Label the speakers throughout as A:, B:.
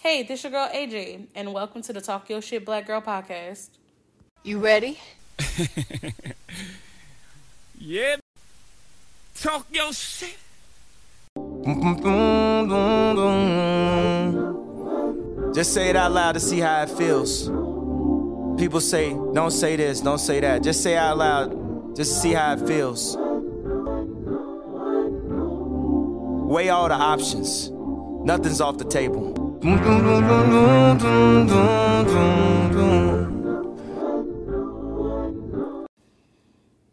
A: Hey, this your girl AJ, and welcome to the Talk Your Shit Black Girl podcast.
B: You ready?
C: yeah. Talk your shit.
D: Mm-hmm. Just say it out loud to see how it feels. People say, don't say this, don't say that. Just say it out loud, just see how it feels. Weigh all the options, nothing's off the table.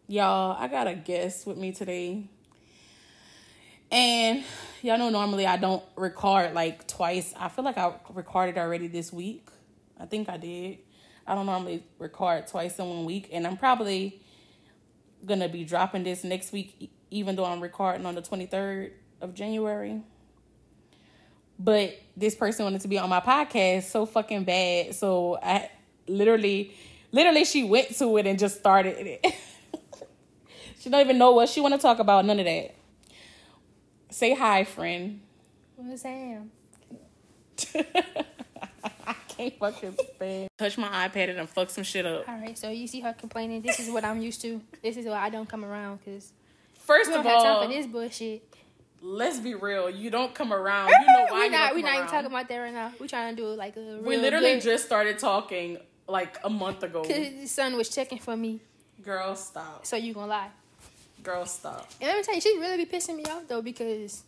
A: Y'all, I got a guest with me today. And y'all know normally I don't record like twice. I feel like I recorded already this week. I think I did. I don't normally record twice in one week. And I'm probably going to be dropping this next week, e- even though I'm recording on the 23rd of January. But this person wanted to be on my podcast so fucking bad. So I literally, literally, she went to it and just started it. she don't even know what she want to talk about. None of that. Say hi, friend.
B: What's Sam?
A: I can't fucking stand. Touch my iPad and then fuck some shit up.
B: All right, so you see her complaining. This is what I'm used to. This is why I don't come around because
A: First
B: we don't
A: of
B: have time
A: all,
B: for this bullshit.
A: let's be real. You don't come around. You know why
B: we're
A: you
B: not.
A: don't come
B: We're not even
A: around.
B: talking about that right now. We're trying to do like a. Real
A: We literally
B: good-
A: just started talking like a month ago.
B: Cause the son was checking for me,
A: Girl, stop.
B: so you gonna lie.
A: Girl, stop.
B: And let me tell you, she really be pissing me off though because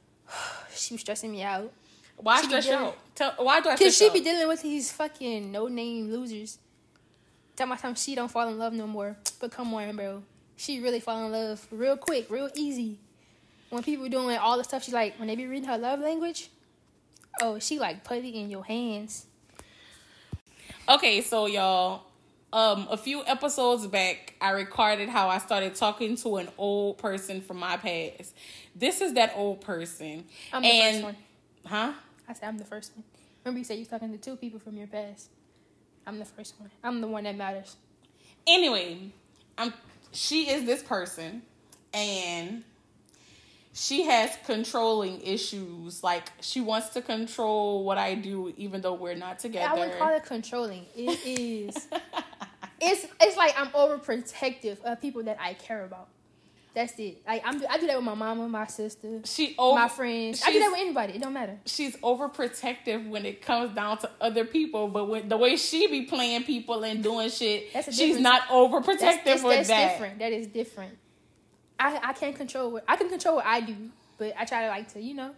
B: she was stressing me out.
A: Why
B: She be
A: stress you
B: dealing-
A: out? Tell, why do I
B: Cause
A: stress
B: she
A: you
B: be
A: out?
B: dealing with these fucking no name losers. Tell my time she don't fall in love no more. But come on, bro. She really fall in love real quick, real easy. When people doing all the stuff, she like when they be reading her love language. Oh, she like put it in your hands.
A: Okay, so y'all, um, a few episodes back, I recorded how I started talking to an old person from my past. This is that old person.
B: I'm the
A: and,
B: first one.
A: Huh?
B: I said I'm the first one. Remember you said you was talking to two people from your past. I'm the first one. I'm the one that matters.
A: anyway, I'm she is this person and she has controlling issues. Like she wants to control what I do even though we're not together.
B: I wouldn't call it controlling. It is. it's it's like I'm overprotective of people that I care about. That's it. Like I'm, I do that with my mama, my sister,
A: she oh, over,
B: my friends. I do
A: she's-
B: that with anybody. It don't matter.
A: she's overprotective when it comes down to other people, but when the way she be playing people and doing shit,
B: That's a
A: she's
B: difference.
A: not overprotective
B: That's, that's,
A: with
B: that's
A: that.
B: different. That is different. I I can't control what I can control what I do, but I try to like to you know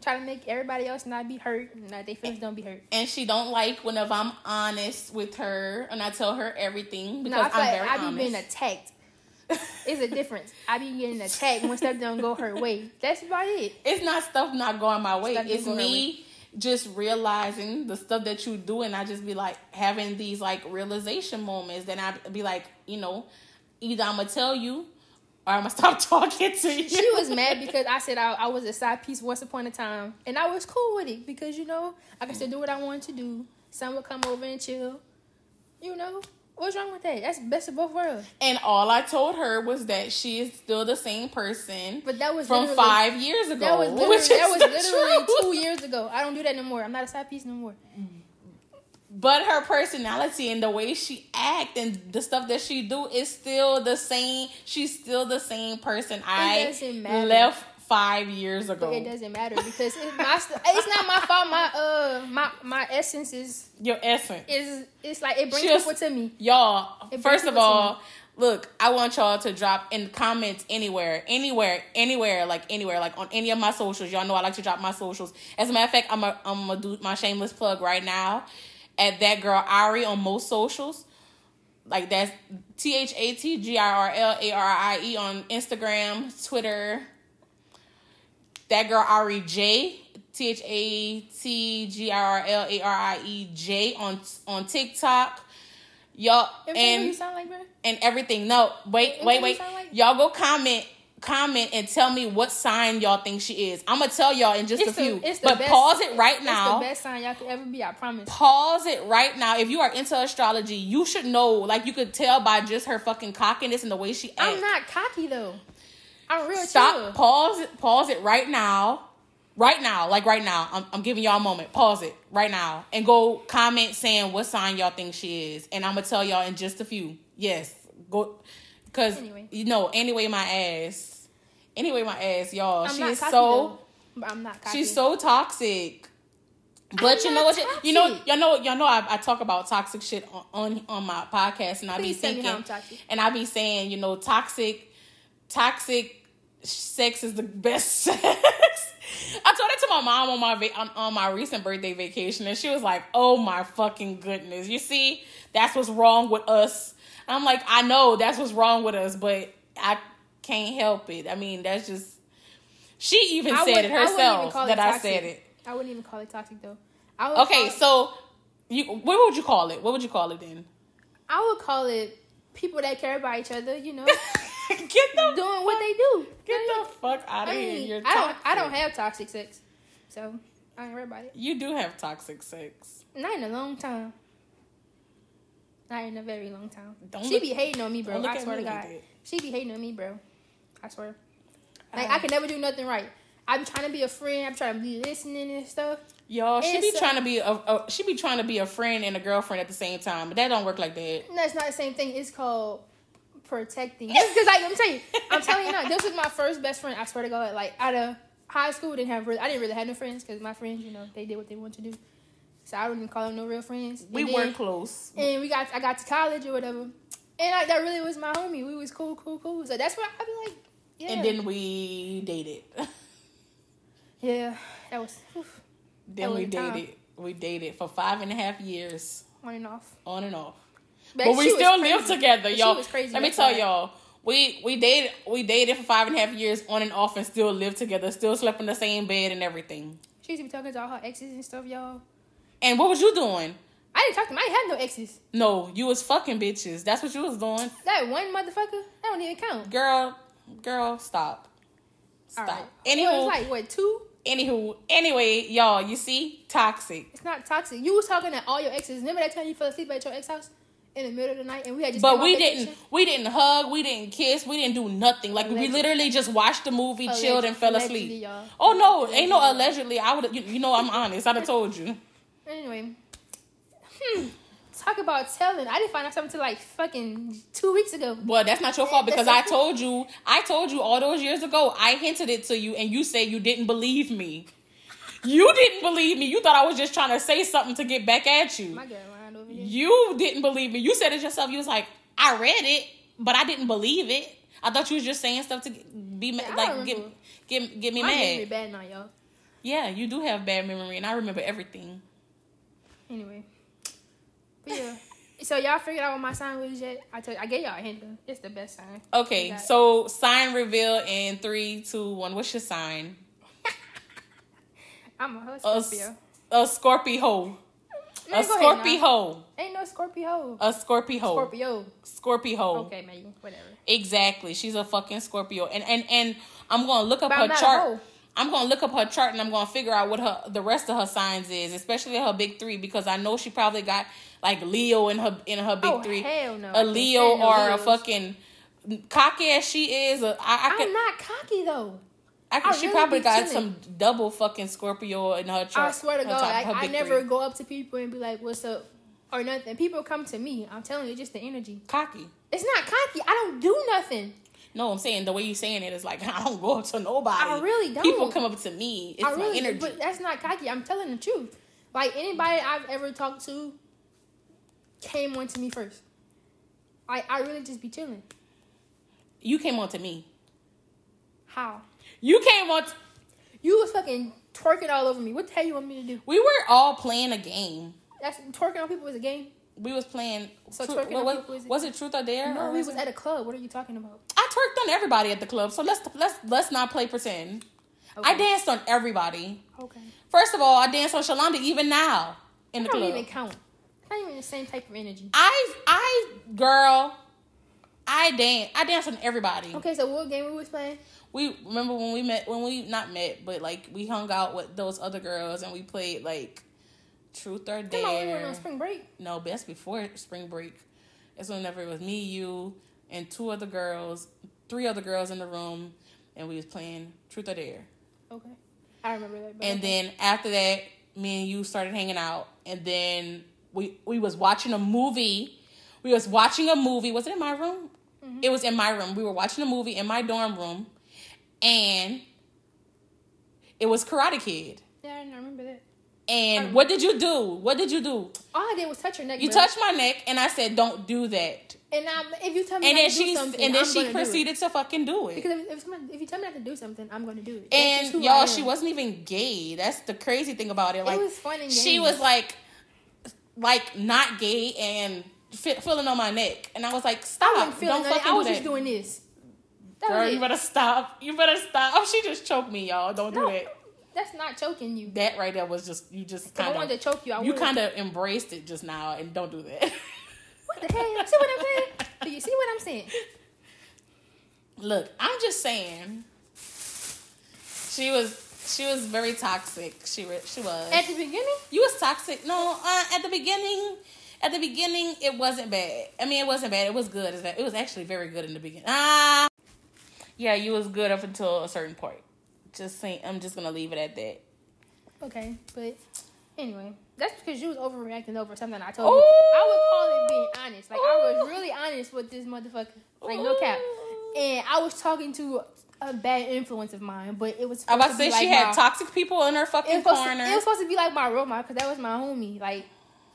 B: try to make everybody else not be hurt and that they feelings don't be hurt.
A: And she don't like whenever I'm honest with her and I tell her everything
B: No, I
A: because
B: feel
A: I'm
B: like
A: very
B: I be
A: honest.
B: being attacked. It's a difference. I be getting attacked when stuff don't go her way. That's about it.
A: it's not stuff not going my way.
B: Stuff not
A: It's
B: going her
A: me just realizing the stuff that you do, and I just be like having these like realization moments. Then I be like, you know, either I'm gonna tell you or I'm gonna stop talking to you.
B: she was mad because I said I, I was a side piece once upon a time, and I was cool with it because you know I could still do what I wanted to do. Some would come over and chill. You know what's wrong with that? That's best of both worlds.
A: and all I told her was that she is still the same person
B: But that was
A: from
B: literally-
A: five years ago.
B: That was literally,
A: which is
B: that
A: the
B: was literally
A: truth.
B: two years ago. I don't do that no more. I'm not a side piece no more.
A: but her personality and the way she act and the stuff that she do is still the same. She's still the same person I
B: doesn't matter.
A: left five years ago.
B: But it doesn't matter because it, my, st- it's not my fault. My uh my my essence is
A: Your essence,
B: is it's like it brings
A: She'll-
B: people to me.
A: y'all.
B: It brings
A: First of
B: people to
A: all, look, I want y'all to drop in comments anywhere, anywhere, anywhere, like anywhere, like on any of my socials. Y'all know I like to drop my socials. As a matter of fact, I'm a, I'm gonna do my shameless plug right now at that girl Ari on most socials. like that's T H A T G I R L A R I E on Instagram, Twitter. That girl Ari J T H A T G I R L A R I E J on on TikTok. Y'all
B: Everything
A: and
B: you sound like, bro.
A: and everything. No, wait,
B: It- it
A: wait,
B: doesn't
A: wait.
B: sound like-
A: y'all go comment, comment, and tell me what sign y'all think she is. I'm gonna tell y'all in just
B: It's
A: a
B: the-
A: few.
B: it's the
A: but
B: best-
A: pause it right
B: It's the
A: now.
B: best sign y'all could ever be. I promise.
A: Pause it right now. If you are into astrology, you should know. Like you could tell by just her fucking cockiness and the way she acts.
B: I'm not cocky though. I'm real
A: Eh. Stop.
B: chill.
A: Pause. it. Pause it right now. right now, like right now, I'm, I'm giving y'all a moment. Pause it right now and go comment saying what sign y'all think she is, and I'm gonna tell y'all in just a few. Yes, go, cause
B: Anyway.
A: you know. Anyway, my ass. Anyway, my ass, y'all.
B: I'm
A: she
B: not
A: is
B: cocky,
A: so.
B: though, but I'm not cocky.
A: She's so toxic. But you know
B: not
A: what? You know,
B: toxic.
A: y'all know, y'all know. I, I talk about toxic shit on on, on my podcast, and I be
B: Please tell me
A: thinking,
B: how I'm toxic.
A: and I be saying, you know, toxic, toxic sex is the best sex. I told it to my mom on my va- on, on my recent birthday vacation, and she was like, "Oh my fucking goodness! You see, that's what's wrong with us." I'm like, I know that's what's wrong with us, but I can't help it. I mean, that's just. She even
B: I
A: said
B: wouldn't-
A: it
B: I wouldn't even
A: herself
B: call it
A: that I
B: toxic.
A: said it.
B: I wouldn't even call it toxic though. I would
A: Okay,
B: call-
A: so you what would you call it? What would you call it then?
B: I would call it people that care about each other. You know,
A: get the
B: doing what they do.
A: get the fuck out
B: I
A: of here.
B: mean,
A: You're
B: I don't. I
A: toxic.
B: don't have toxic sex, so I ain't worried about it.
A: You do have toxic sex.
B: Not in a long time. Not in a very long time.
A: Don't
B: she
A: look-
B: be hating on me, bro.
A: don't look
B: I
A: at
B: swear
A: me
B: to
A: like
B: God.
A: that.
B: she be hating on me, bro. I swear. Like I can never do nothing right. I be trying to be a friend. I'm trying to be listening and stuff.
A: Y'all, she be
B: It's a-
A: trying to be a, a she be trying to be a friend and a girlfriend at the same time, but that don't work like that.
B: No, it's not the same thing. It's called protecting. Because like I'm telling you, I'm telling you now, this was my first best friend. I swear to God, like out of high school, didn't have really, I didn't really have no friends because my friends, you know, they did what they wanted to do. So I wouldn't call them no real friends.
A: We
B: And
A: were
B: then-
A: close.
B: and we got I got to college or whatever, and like that really was my homie. We was cool, cool, cool. So that's why I be like, yeah,
A: And then we dated.
B: yeah, that was oof,
A: then we
B: was a time.
A: dated. We dated for five and a half years
B: on and off.
A: on and off. but we
B: she was
A: still
B: crazy.
A: live together,
B: She
A: y'all.
B: was crazy,
A: Let me
B: that's
A: tell
B: why.
A: y'all, we we dated we dated for five and a half years on and off, and still lived together. Still slept in the same bed and everything.
B: She used to be talking to all her exes and stuff, y'all.
A: And what was you doing?
B: I didn't talk to. 'em. I didn't have no exes.
A: No, you was fucking bitches. That's what you was doing,
B: That one motherfucker, that don't even count.
A: girl. Girl, stop. Stop.
B: All right. It
A: Anywho,
B: was like what two?
A: anywho, anyway, y'all, you see, toxic.
B: It's not toxic. You was talking to all your exes. Remember that time you fell asleep at your ex house in the middle of the night, and we had just
A: But
B: came off
A: we
B: vacation?
A: didn't, we didn't hug, we didn't kiss, we didn't do nothing. Like we
B: Allegedly.
A: literally just watched the movie, chilled, and fell
B: Allegedly,
A: asleep.
B: y'all.
A: Oh no, ain't no allegedly. I would, you, you know, I'm honest. I'd have told you.
B: Anyway, hmm, talk about telling. I didn't find out something until like fucking two weeks ago.
A: Well, that's not your fault because I told you, I told you all those years ago, I hinted it to you, and you said you didn't believe me. You didn't believe me. You thought I was just trying to say something to get back at you.
B: My girl lying over here.
A: You didn't believe me. You said it yourself. You was like, I read it, but I didn't believe it. I thought you was just saying stuff to be ma-
B: Yeah, I
A: like get
B: remember.
A: get get me
B: My memory
A: mad.
B: bad now, y'all.
A: Yeah, you do have bad memory, and I remember everything.
B: Anyway, but yeah. so y'all figured out what my sign was yet? I told I gave y'all a hint. though. It's the best sign.
A: Okay,
B: Got it.
A: so sign reveal in three, two, one. What's your sign?
B: I'm a host.
A: A, s-
B: Scorpio.
A: a Scorpio. A
B: Man, go ahead now.
A: Scorpio.
B: Ain't no Scorpio.
A: A Scorpio. Scorpio.
B: Scorpio.
A: Scorpio.
B: Okay, maybe whatever.
A: Exactly. She's a fucking Scorpio. And and and I'm gonna look up
B: But I'm
A: her
B: not a
A: chart.
B: hoe.
A: I'm gonna look up her chart and I'm gonna figure out what her the rest of her signs is, especially her big three, because I know she probably got like Leo in her in her big
B: Oh,
A: three.
B: hell no.
A: A
B: Can't
A: Leo
B: stand no
A: or a
B: Leos.
A: fucking cocky as she is. a- I I
B: I'm
A: could,
B: not cocky though.
A: I could
B: I
A: she
B: really
A: probably
B: be
A: got
B: chilling.
A: some double fucking Scorpio in her chart.
B: I swear to
A: her
B: God,
A: top-
B: like,
A: her
B: I
A: big
B: never
A: three.
B: go up to people and be like, "What's up?" or nothing. People come to me. I'm telling you, just the energy.
A: cocky.
B: It's not cocky. I don't do nothing.
A: No, I'm saying the way you saying it is like I don't go up to nobody.
B: I really don't.
A: People come up to me. It's
B: I really,
A: my energy.
B: but that's not cocky. I'm telling the truth. Like anybody I've ever talked to came on to me first. I I really just be chilling.
A: you came on to me.
B: How
A: You came on. T-
B: you was fucking twerking all over me? What the hell you want me to do?
A: we were all playing a game.
B: That's twerking on people is a game.
A: We was playing.
B: So
A: tru-
B: twerking
A: what-
B: on
A: what-
B: people is-
A: was it truth or dare?
B: No,
A: or
B: we
A: was
B: was
A: it-
B: at a club. What are you talking about?
A: I twerked on everybody at the club. So let's let's let's not play pretend. I
B: Okay.
A: danced on everybody.
B: Okay,
A: First of all, I danced on Shalonda even now in
B: I
A: the
B: don't
A: club.
B: even count. Not even the same type of energy.
A: I I girl, I dance. I danced on everybody.
B: Okay, so what game we was playing?
A: we remember when we met when we not met but like we hung out with those other girls and we played like truth or
B: Come on, we went
A: dare
B: on spring break.
A: no but that's before spring break it's whenever it was me you and two other girls three other girls in the room and we was playing truth or dare
B: Okay. I remember that. But
A: And then after that, me and you started hanging out. And then we we was watching a movie. We was watching a movie. Was it in my room? It was in my room. We were watching a movie in my dorm room, and it was Karate Kid.
B: yeah, I remember that.
A: And what did you do? What did you do?
B: All I did was touch her neck.
A: You
B: bro.
A: touched my neck, and I said, "Don't do that."
B: And I'm, if you tell me
A: And
B: not
A: then
B: to do
A: she
B: something,
A: and then
B: I'm
A: she
B: gonna do it.
A: proceeded to fucking do it.
B: Because if, if, somebody, if you tell me not to do something, I'm going to do it. That's just who
A: and
B: I
A: y'all, she
B: am.
A: wasn't even gay. That's the crazy thing about it. Like
B: was fun and
A: she
B: games.
A: was like, like not gay and fit, feeling on my neck, and I was like,
B: I
A: stop,
B: wasn't feeling
A: don't
B: nothing.
A: fucking
B: I was
A: do
B: just
A: that.
B: doing this. That
A: Girl,
B: was
A: you
B: it.
A: better stop. You better stop. Oh, she just choked me, y'all. Don't do
B: No,
A: that.
B: That's not choking you.
A: That right there was just you just
B: If I
A: kind
B: wanted to
A: of
B: choke you, I
A: you
B: would.
A: kind of embraced it just now, and don't do that.
B: What the hell? See what I'm saying? Do you see what I'm saying?
A: Look, I'm just saying. She was she was very toxic. She re- she was.
B: At the beginning,
A: You was toxic. No, uh, at the beginning, at the beginning, it wasn't bad. I mean, it wasn't bad. It was good. It's- It was actually very good in the beginning. Ah, yeah, you was good up until a certain point. Just saying, I'm just gonna leave it at that.
B: okay, but anyway, that's because you was overreacting over something I told you. I would call it being honest. Like I was really honest with this motherfucker. Like no cap. And I was talking to a bad influence of mine, but it was.
A: I
B: supposed
A: about to say
B: be
A: she
B: like
A: had
B: my-
A: toxic people in her
B: It
A: fucking
B: was, supposed to,
A: corner.
B: it was supposed to be like my role model because that was my homie. Like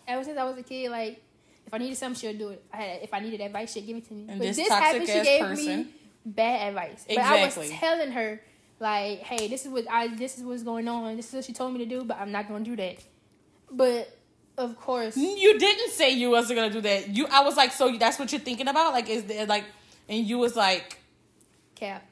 B: ever since I was a kid, like if I needed something, she'll do it. I had, if I needed advice, she'd give it to me.
A: And
B: but
A: this
B: this
A: toxic
B: happened, she
A: ass
B: gave me
A: person.
B: bad advice. But I was
A: Exactly.
B: telling her like, "Hey, this is what I this is what's going on. This is what she told me to do, but I'm not going to do that." But of course,
A: you didn't say you wasn't gonna do that. You, I was like, so that's what you're thinking about? Like, is there like, and you was like,
B: cap.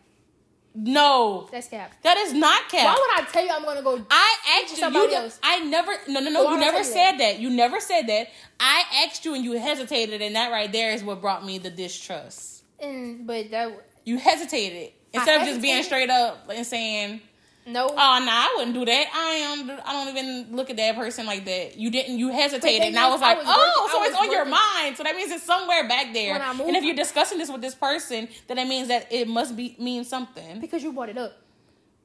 A: no,
B: That's cap.
A: that is not cap.
B: Why would I tell you I'm going to go?
A: I asked
B: to
A: you.
B: somebody
A: you
B: else.
A: I never. No, no, no.
B: Why
A: You
B: would I
A: never
B: tell you
A: said that? You never said that. I asked you, and you hesitated, and that right there is what brought me the distrust.
B: And but that
A: You hesitated instead of just being
B: hesitated.
A: straight up and saying,
B: no.
A: "Oh, no, I wouldn't do that. I am. I don't even look at that person like that." You didn't. You hesitated,
B: then
A: and I
B: you-
A: was
B: I
A: like,
B: was
A: "Oh,
B: working-
A: so
B: I
A: it's on
B: was
A: your
B: working-
A: mind. So that means it's somewhere back there.
B: When I
A: and if
B: moved-
A: you're discussing this with this person, then it means that it must be mean something."
B: because you brought it up.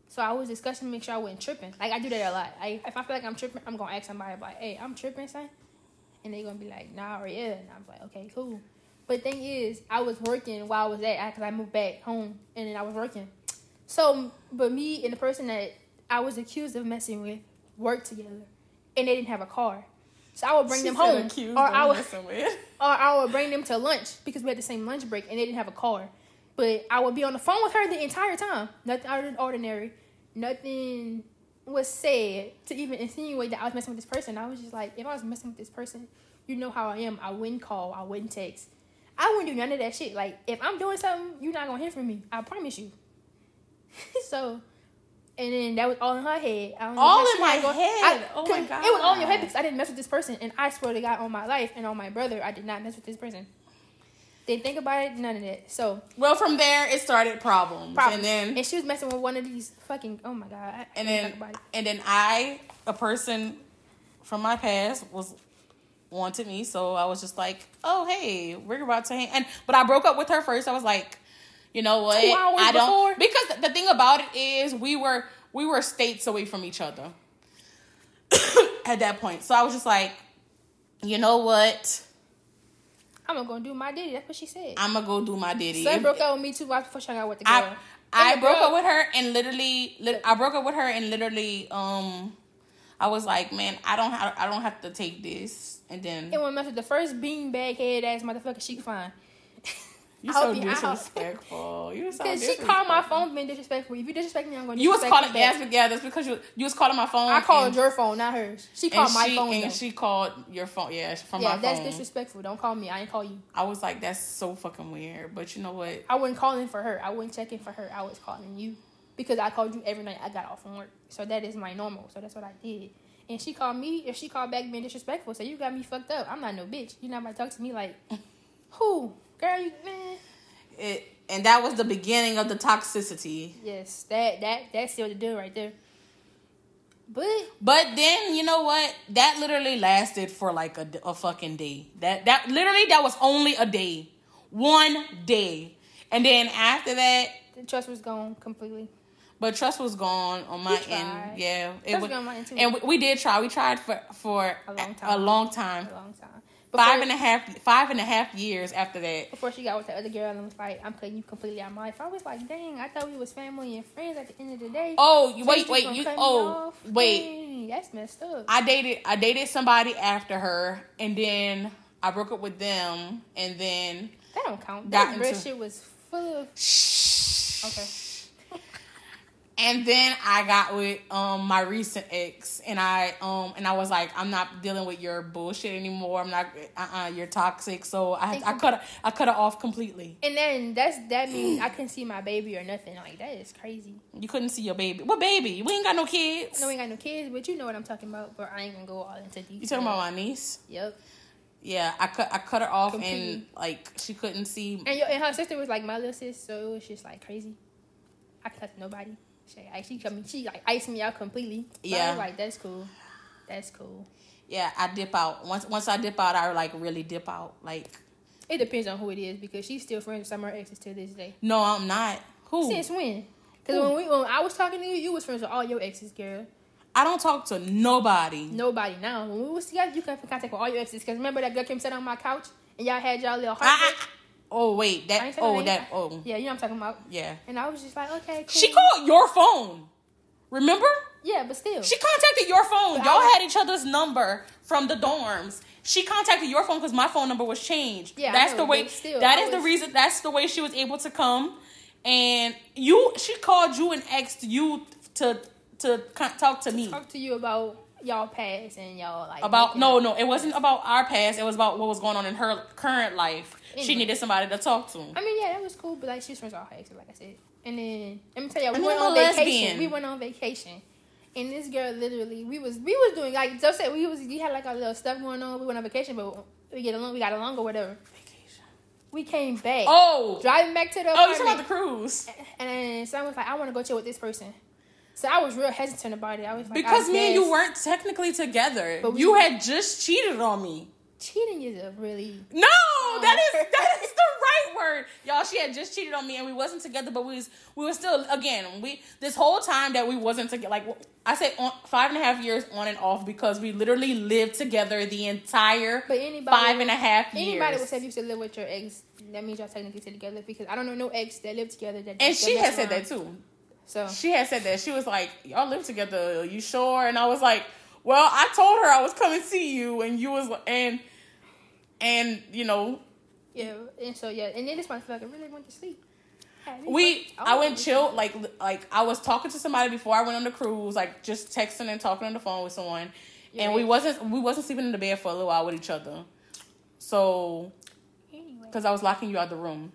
B: So I was discussing to make sure I wasn't tripping. Like I do that a lot. I, if I feel like I'm tripping, I'm gonna ask somebody like, "Hey, I'm tripping, son," and they gonna be like, "Nah, or yeah," and I'm like, "Okay, cool." But thing is, I was working while I was at because I moved back home and then I was working. So, but me and the person that I was accused of messing with worked together, and they didn't have a car, so I would bring them home, or I would or I would bring them to lunch because we had the same lunch break and they didn't have a car. But I would be on the phone with her the entire time. Nothing out of the ordinary. Nothing was said to even insinuate that I was messing with this person. I was just like, if I was messing with this person, you know how I am. I wouldn't call. I wouldn't text. I wouldn't do none of that shit. Like if I'm doing something, you're not gonna hear from me. I promise you. so, and then that was all in her head. I don't know
A: All
B: how she
A: in my
B: had it going-
A: head. Oh my
B: 'cause It was all in your head
A: God.
B: because I didn't mess with this person, and I swear to God on my life and on my brother, I did not mess with this person. Didn't think about it, none of that. So
A: Well, from there it started problems,
B: probably,
A: and then
B: she was messing with one of these fucking. Oh my God! I, I
A: and
B: didn't
A: then
B: think about it.
A: and then I, a person from my past, was wanted me, so I was just like, "Oh, hey, we're about to hang." And but I broke up with her first. I was like, "You know what?
B: Two hours
A: I don't."
B: before?
A: Because the thing about it is, we were we were states away from each other at that point. So I was just like, "You know what?
B: I'm gonna go do my ditty. That's what she said.
A: I'm gonna go do my ditty."
B: Son
A: If-
B: broke up with me two hours before she hung out with the girl.
A: I I
B: the
A: broke
B: girl-
A: up with her and literally lit, I broke up with her and literally um I was like, man, I don't have I don't have to take this. And then
B: and went mess with the first beanbag head ass motherfucker she could find.
A: you
B: I'll
A: so
B: be out.
A: disrespectful. You so
B: Because she
A: disrespectful.
B: called my phone being disrespectful. If you disrespect me, I'm gonna.
A: You was
B: disrespect
A: calling
B: back.
A: yes, yeah, that's because you you was calling my phone.
B: I called
A: and-
B: your phone, not hers. She
A: and
B: called my
A: she,
B: phone.
A: and
B: though.
A: she called your phone. Yeah, from
B: yeah,
A: my
B: that's
A: phone.
B: disrespectful. Don't call me. I ain't call you.
A: I was like, that's so fucking weird. But you know what?
B: I wasn't calling for her. I wasn't checking for her. I was calling you because I called you every night I got off from work. So that is my normal. So that's what I did. And she called me. If she called back being disrespectful, so you got me fucked up. I'm not no bitch. You're not about to talk to me like, who, girl? You man.
A: It and that was the beginning of the toxicity.
B: Yes, that that that's still the deal right there. But
A: But then you know what? That literally lasted for like a, a fucking day. That that literally that was only a day, one day, and then after that,
B: the trust was gone completely.
A: But trust was gone on my
B: tried.
A: end. Yeah, it
B: Trust
A: was,
B: gone on mine too.
A: and we, we did try. We tried for for
B: A long
A: A
B: time.
A: long time.
B: a long time. Before,
A: Five and a half, five and a half years after that.
B: before she got with the other girl and was like, I'm cutting you completely out of my life. I was like, dang, I thought we was family and friends at the end of the day.
A: Oh, you
B: So
A: wait,
B: just
A: wait,
B: gonna
A: you.
B: cut me
A: Oh,
B: off?
A: wait.
B: Dang, that's messed up.
A: I dated I dated somebody after her, and then I broke up with them, and then
B: that don't count.
A: got
B: That real
A: into-
B: shit was full of okay.
A: and then I got with um my recent ex, and I um and I was like, I'm not dealing with your bullshit anymore. I'm not uh uh-uh, you're toxic, so I had, I cut her- I cut her off completely.
B: And then that's that means I couldn't see my baby or nothing. Like that is crazy.
A: You couldn't see your baby. What baby? We ain't got no kids.
B: I know we ain't got no kids, but you know what I'm talking about. But I ain't gonna go all into detail.
A: you talking about my niece?
B: Yep.
A: Yeah, I cut I cut her off, and
B: Completely.
A: like she couldn't see.
B: And, yo, and her sister was like my little sis, so it was just like crazy. I could talk to nobody. She like she, I mean, she like iced me out completely. But I
A: Yeah.
B: was like that's cool. That's cool.
A: Yeah, I dip out. Once once I dip out, I like really dip out. Like
B: It depends on who it is because she's still friends with some of her exes to this day.
A: no, I'm not. Who?
B: Since when? Because
A: Who?
B: when we when I was talking to you, you was friends with all your exes, girl.
A: I don't talk to nobody.
B: Nobody now. When we was together, you kept in contact with all your exes. Because remember that girl came sit on my couch and y'all had y'all little
A: I, I,
B: heartbreak.
A: oh wait,
B: I
A: that
B: ain't say her
A: Ah, oh
B: name.
A: that oh
B: Yeah, you know what I'm talking about.
A: yeah.
B: And I was just like, okay, cool.
A: She called your phone. Remember?
B: Yeah, but still.
A: She contacted your phone.
B: But I
A: Y'all
B: was-
A: had each other's number from the dorms. She contacted your phone because my phone number was changed.
B: Yeah, I
A: that's
B: know,
A: the way.
B: but still,
A: that
B: I
A: is the
B: was-
A: reason. That's the way she was able to come. And you, she called you and asked you to to con- talk to me.
B: talked to you about y'all past and y'all like
A: about
B: making
A: no
B: up.
A: no it wasn't about our past it was about what was going on in her current life she
B: Anyway.
A: needed somebody to talk to
B: I mean, yeah, that was cool, but like she was friends with all her exes, like I said. And then let me tell y'all, we
A: And
B: went
A: I'm a
B: on vacation.
A: lesbian.
B: We went on vacation, and this girl literally, we was we was doing like Joe said, we was we had like our little stuff going on. We went on vacation, but we get along, we got along or whatever. We came back.
A: oh
B: driving back to the
A: oh you talking
B: apartment,
A: about the cruise
B: and then someone was like, I want to go chill with this person. So I was real hesitant about it. I was like,
A: because
B: I
A: me and you
B: guess.
A: weren't technically together
B: But we-
A: you had just cheated on me
B: cheating is a really
A: no
B: Oh.
A: that is that is the right word y'all she had just cheated on me and we wasn't together but we was we were still again we this whole time that we wasn't together like i said on, five and a half years on and off because we literally lived together the entire
B: But anybody-
A: five and a half years
B: Anybody would say if you still live with your ex, that means y'all technically still together because I don't know no ex that live together that.
A: and
B: that
A: she had
B: mess
A: said
B: around.
A: that too
B: So
A: she had said that she was like y'all live together are you sure and i was like well i told her i was coming to see you and you was and and you know
B: yeah, and so yeah, and then this motherfucker really went to sleep. Had me
A: we
B: fucked
A: i
B: all
A: went
B: over.
A: chill like like i was talking to somebody before i went on the cruise like just texting and talking on the phone with someone and we
B: Yeah.
A: wasn't we wasn't sleeping in the bed for a little while with each other so
B: Anyway,
A: because i was locking you out the room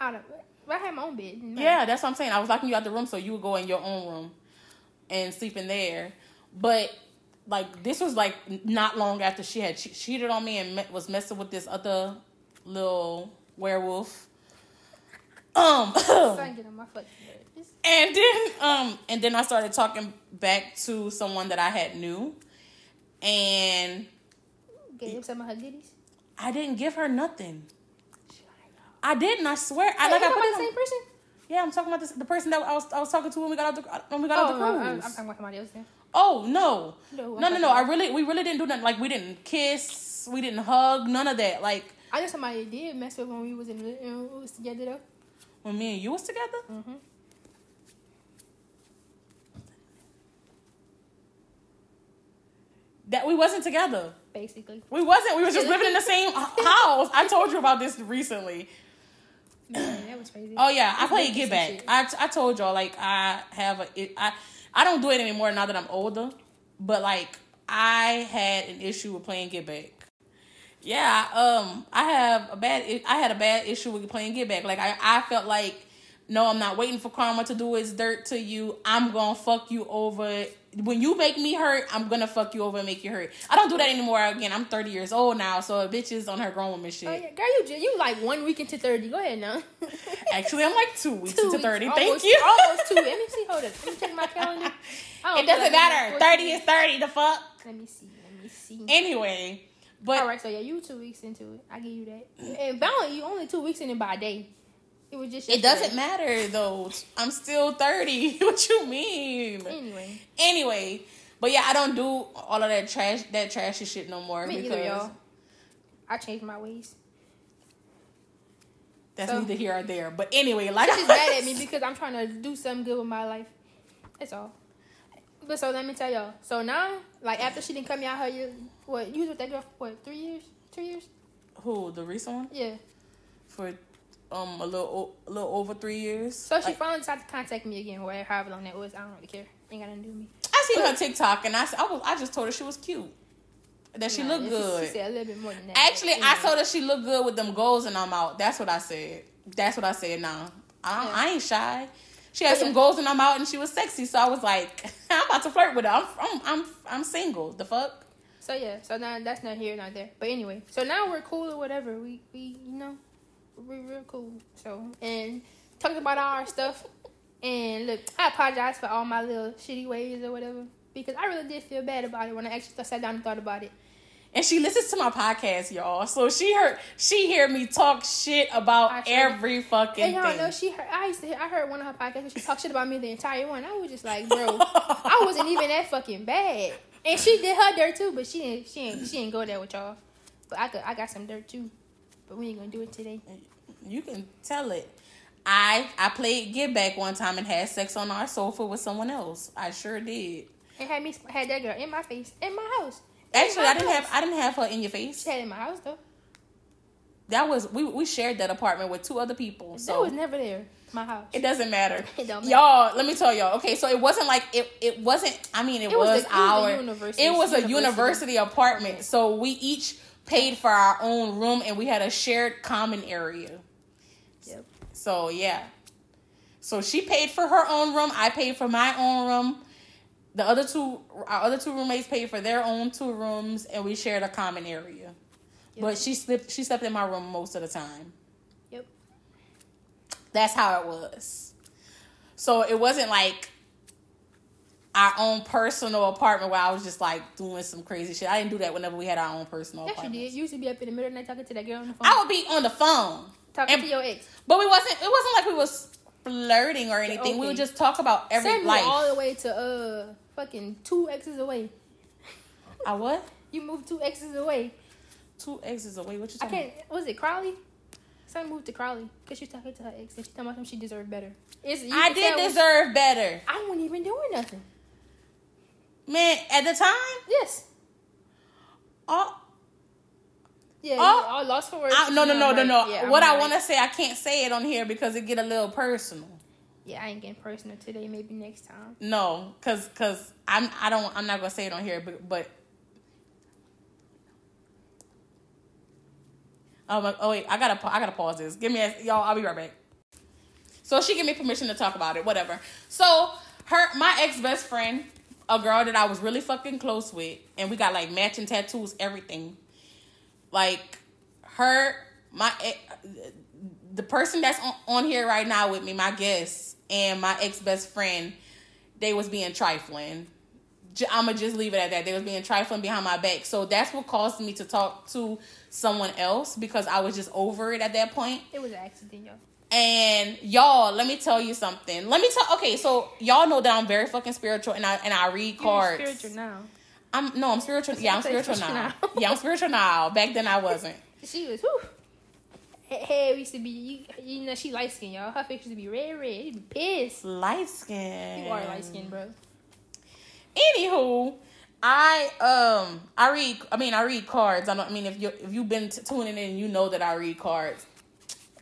B: I don't. I had my own bed. and, like,
A: Yeah, that's what I'm saying. I was locking you out the room so you would go in your own room and sleep in there. But like this was like n- not long after she had che- cheated on me and met, was messing with this other little werewolf. Um
B: son get on my fucking nerves.
A: and then um and then I started talking back to someone that I had knew and
B: Gave some of her goodies.
A: I didn't give her nothing. I didn't, I swear. I
B: Hey,
A: like
B: you
A: I
B: know
A: put
B: about
A: it
B: the
A: on-
B: same person?
A: Yeah, I'm talking about this, the person that I was I was talking to when we got out the when we got
B: Oh,
A: out
B: no,
A: the
B: I'm,
A: cruise.
B: I'm talking about somebody else. Then.
A: Oh no.
B: No,
A: No,
B: I'm
A: no, no, I
B: not gonna-
A: really we really didn't do nothing. Like we didn't kiss, we didn't hug, none of that. Like
B: I know somebody did mess with when we was in the, when we was together though.
A: when me and you was together. That we wasn't together.
B: Basically,
A: We wasn't. We was just living in the same h- house. I told you about this recently.
B: Man, that was crazy.
A: Oh yeah, I
B: It's
A: played
B: business
A: Get
B: and
A: Back.
B: shit.
A: I, I told y'all like I have a it- I I don't do it anymore now that I'm older, but like I had an issue with playing Get Back. Yeah, um, I have a bad i- I had a bad issue with playing Get Back. Like I I felt like no, I'm not waiting for karma to do its dirt to you. I'm gonna fuck you over. When you make me hurt, I'm gonna fuck you over and make you hurt. I don't do that anymore. Again, I'm 30 years old now, so a bitch is on her grown woman shit.
B: Oh yeah, girl, you ju- you like one week into thirty. Go ahead now.
A: Actually, I'm like two weeks
B: Two
A: into 30.
B: weeks,
A: Thank
B: almost-
A: you.
B: Almost two. Let me see. Hold up. Let me check my calendar. I don't
A: It
B: feel
A: doesn't
B: like I'm
A: matter.
B: forcing
A: Thirty
B: you.
A: is thirty. The fuck.
B: Let me see. Let me see.
A: Anyway, but
B: All right. So yeah, you two weeks into it. I give you that. And Valen, you only two weeks in it by a day. It was just
A: It
B: yesterday.
A: doesn't matter though. I'm still 30. what you mean?
B: Anyway,
A: Anyway, but yeah, I don't do all of that trash that trashy shit no more
B: me
A: because
B: either, y'all. I changed my ways.
A: that's
B: So-
A: neither here or there. But anyway, like
B: She's mad at me because I'm trying to do something good with my life. That's all. But so let me tell y'all. So now, like after she didn't come out her year, what you was with that girl for what three years, two years?
A: who the recent one
B: Yeah.
A: for um a little o- a little over three years.
B: So she
A: Like,
B: finally decided to contact me again, whatever, however long that was. I don't really care. Ain't got nothing to do with me.
A: I seen her TikTok and I s- I, was, I just told her she was cute, that she
B: Nah,
A: looked
B: this is-
A: good.
B: She said a little bit more than that.
A: Actually, I told her she looked good with them goals, and I'm out. That's what I said. That's what I said. Nah, I, don't- I ain't shy. She had some goals, and I'm out, and she was sexy. So I was like, I'm about to flirt with her. I'm I'm I'm, I'm single. The fuck.
B: So yeah, so now that's not here, not there. But anyway, so now we're cool or whatever. We we you know, we real cool. So and talking about all our stuff. And look, I apologize for all my little shitty ways or whatever because I really did feel bad about it when I actually sat down and thought about it.
A: And she listens to my podcast, y'all. So she heard she hear me talk shit about
B: I sure-
A: every fucking
B: And y'all
A: thing.
B: know she heard, I used to hear, I heard one of her podcasts and she talked shit about me the entire one. I was just like, bro, I wasn't even that fucking bad. And she did her dirt too, but she didn't she didn't she didn't go there with y'all. But I could I got some dirt too. But we ain't gonna do it today.
A: you can tell it. I I played get back one time and had sex on our sofa with someone else. I sure did.
B: and had me had that girl in my face in my house.
A: Actually,
B: my
A: I didn't
B: house.
A: have I didn't have her in your face.
B: She had it in my house though.
A: That was we we shared that apartment with two other people.
B: So it
A: So
B: was never there. My house.
A: it doesn't matter.
B: It don't matter.
A: Y'all, let me tell y'all. Okay, so it wasn't like it it wasn't I mean it,
B: It
A: was,
B: was a- it was a
A: our
B: university-
A: it was a
B: university.
A: university, apartment. So we each paid for our own room and we had a shared common area.
B: Yep.
A: So yeah. So she paid for her own room, I paid for my own room. The other two our other two roommates paid for their own two rooms and we shared a common area. But she slept she slept in my room most of the time.
B: Yep.
A: That's how it was. So it wasn't like our own personal apartment where I was just like doing some crazy shit. I didn't do that whenever we had our own personal
B: Yes, you
A: apartment.
B: did. You used to be up in the middle of the night talking to that girl on the phone.
A: Oh, I would be on the phone.
B: talking
A: and-
B: to your ex.
A: But we wasn't it wasn't like we was flirting or anything. We would
B: Okay.
A: just talk about every
B: Send me
A: life.
B: all the way to uh fucking two exes away.
A: I what?
B: You moved two exes away.
A: Two exes away. What you
B: I
A: talking
B: can't. Was it Crowley? Son moved to Crowley because she was talking to her ex and she talking about him she deserved better. It's, you
A: about? I
B: can
A: did
B: tell when-
A: deserve better.
B: I wasn't even doing nothing.
A: Man, at the time,
B: Yes.
A: all
B: Yeah.
A: Oh.
B: I lost for words.
A: I, no,
B: You
A: no,
B: know,
A: no, no,
B: right.
A: no.
B: Yeah, I'm
A: what I
B: right.
A: want to say, I can't say it on here because it get a little personal.
B: Yeah, I ain't getting personal today. Maybe next time.
A: No, cause cause I'm I don't I'm not gonna say it on here, but but oh my oh wait I gotta pa- I gotta pause this. Give me a, y'all. I'll be right back. So she gave me permission to talk about it. Whatever. So her my ex best friend, a girl that I was really fucking close with, and we got like matching tattoos, everything. Like her my ex- the person that's on, on here right now with me, my guest and my ex best friend, they was being trifling. J- I'ma just leave it at that. They was being trifling behind my back, so that's what caused me to talk to someone else because I was just over it at that point.
B: It was an accident, y'all.
A: And y'all, let me tell you something. Let me tell. Okay, so y'all know that I'm very fucking spiritual, and I and I read cards.
B: You're spiritual now.
A: I'm no, I'm spiritual. Yeah, I'm
B: Spiritual
A: spiritual now.
B: now.
A: yeah, I'm spiritual now. Back then I wasn't.
B: She was whew. Her hair used to be you, you know she light skinned, y'all. Her face used to be red, red. She be pissed.
A: Light skin.
B: You are light skinned, bro.
A: Anywho, I um I read. I mean, I read cards. I don't. I mean, if you if you've been t- tuning in, you know that I read cards.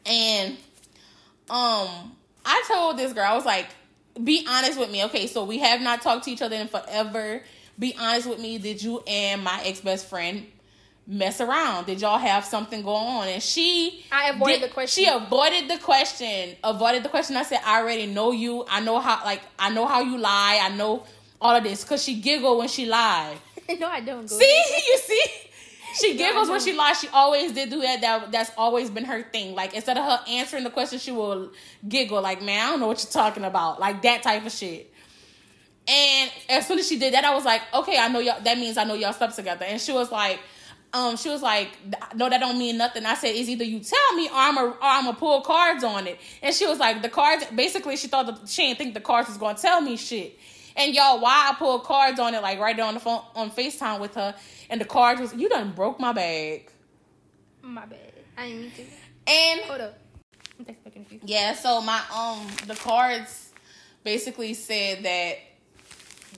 A: And um, I told this girl, I was like, "Be honest with me, okay? So we have not talked to each other in forever. Be honest with me. Did you and my ex best friend?" mess around did y'all have something going on and she
B: I avoided the question.
A: she avoided the question avoided the question i said i already know you i know how like i know how you lie i know all of this because she giggled when she lied
B: no, I don't go.
A: see you see she
B: Yeah, I
A: giggles when
B: know.
A: she lies she always did do that. that that's always been her thing like instead of her answering the question she will giggle like man i don't know what you're talking about like that type of shit and as soon as she did that, I was like, okay, I know y'all. That means I know y'all slept together. And she was like, um, she was like, "No, that don't mean nothing." I said, "It's either you tell me, or I'm a, or I'm a pull cards on it." And she was like, "The cards." Basically, she thought the, she didn't think the cards was gonna tell me shit. And y'all, why I pulled cards on it, like right there on the phone on Facetime with her, and the cards was, "You done broke my bag."
B: My bad. I didn't mean to.
A: And
B: Hold up. I'm thinking fucking you.
A: Yeah, so my um the cards basically said that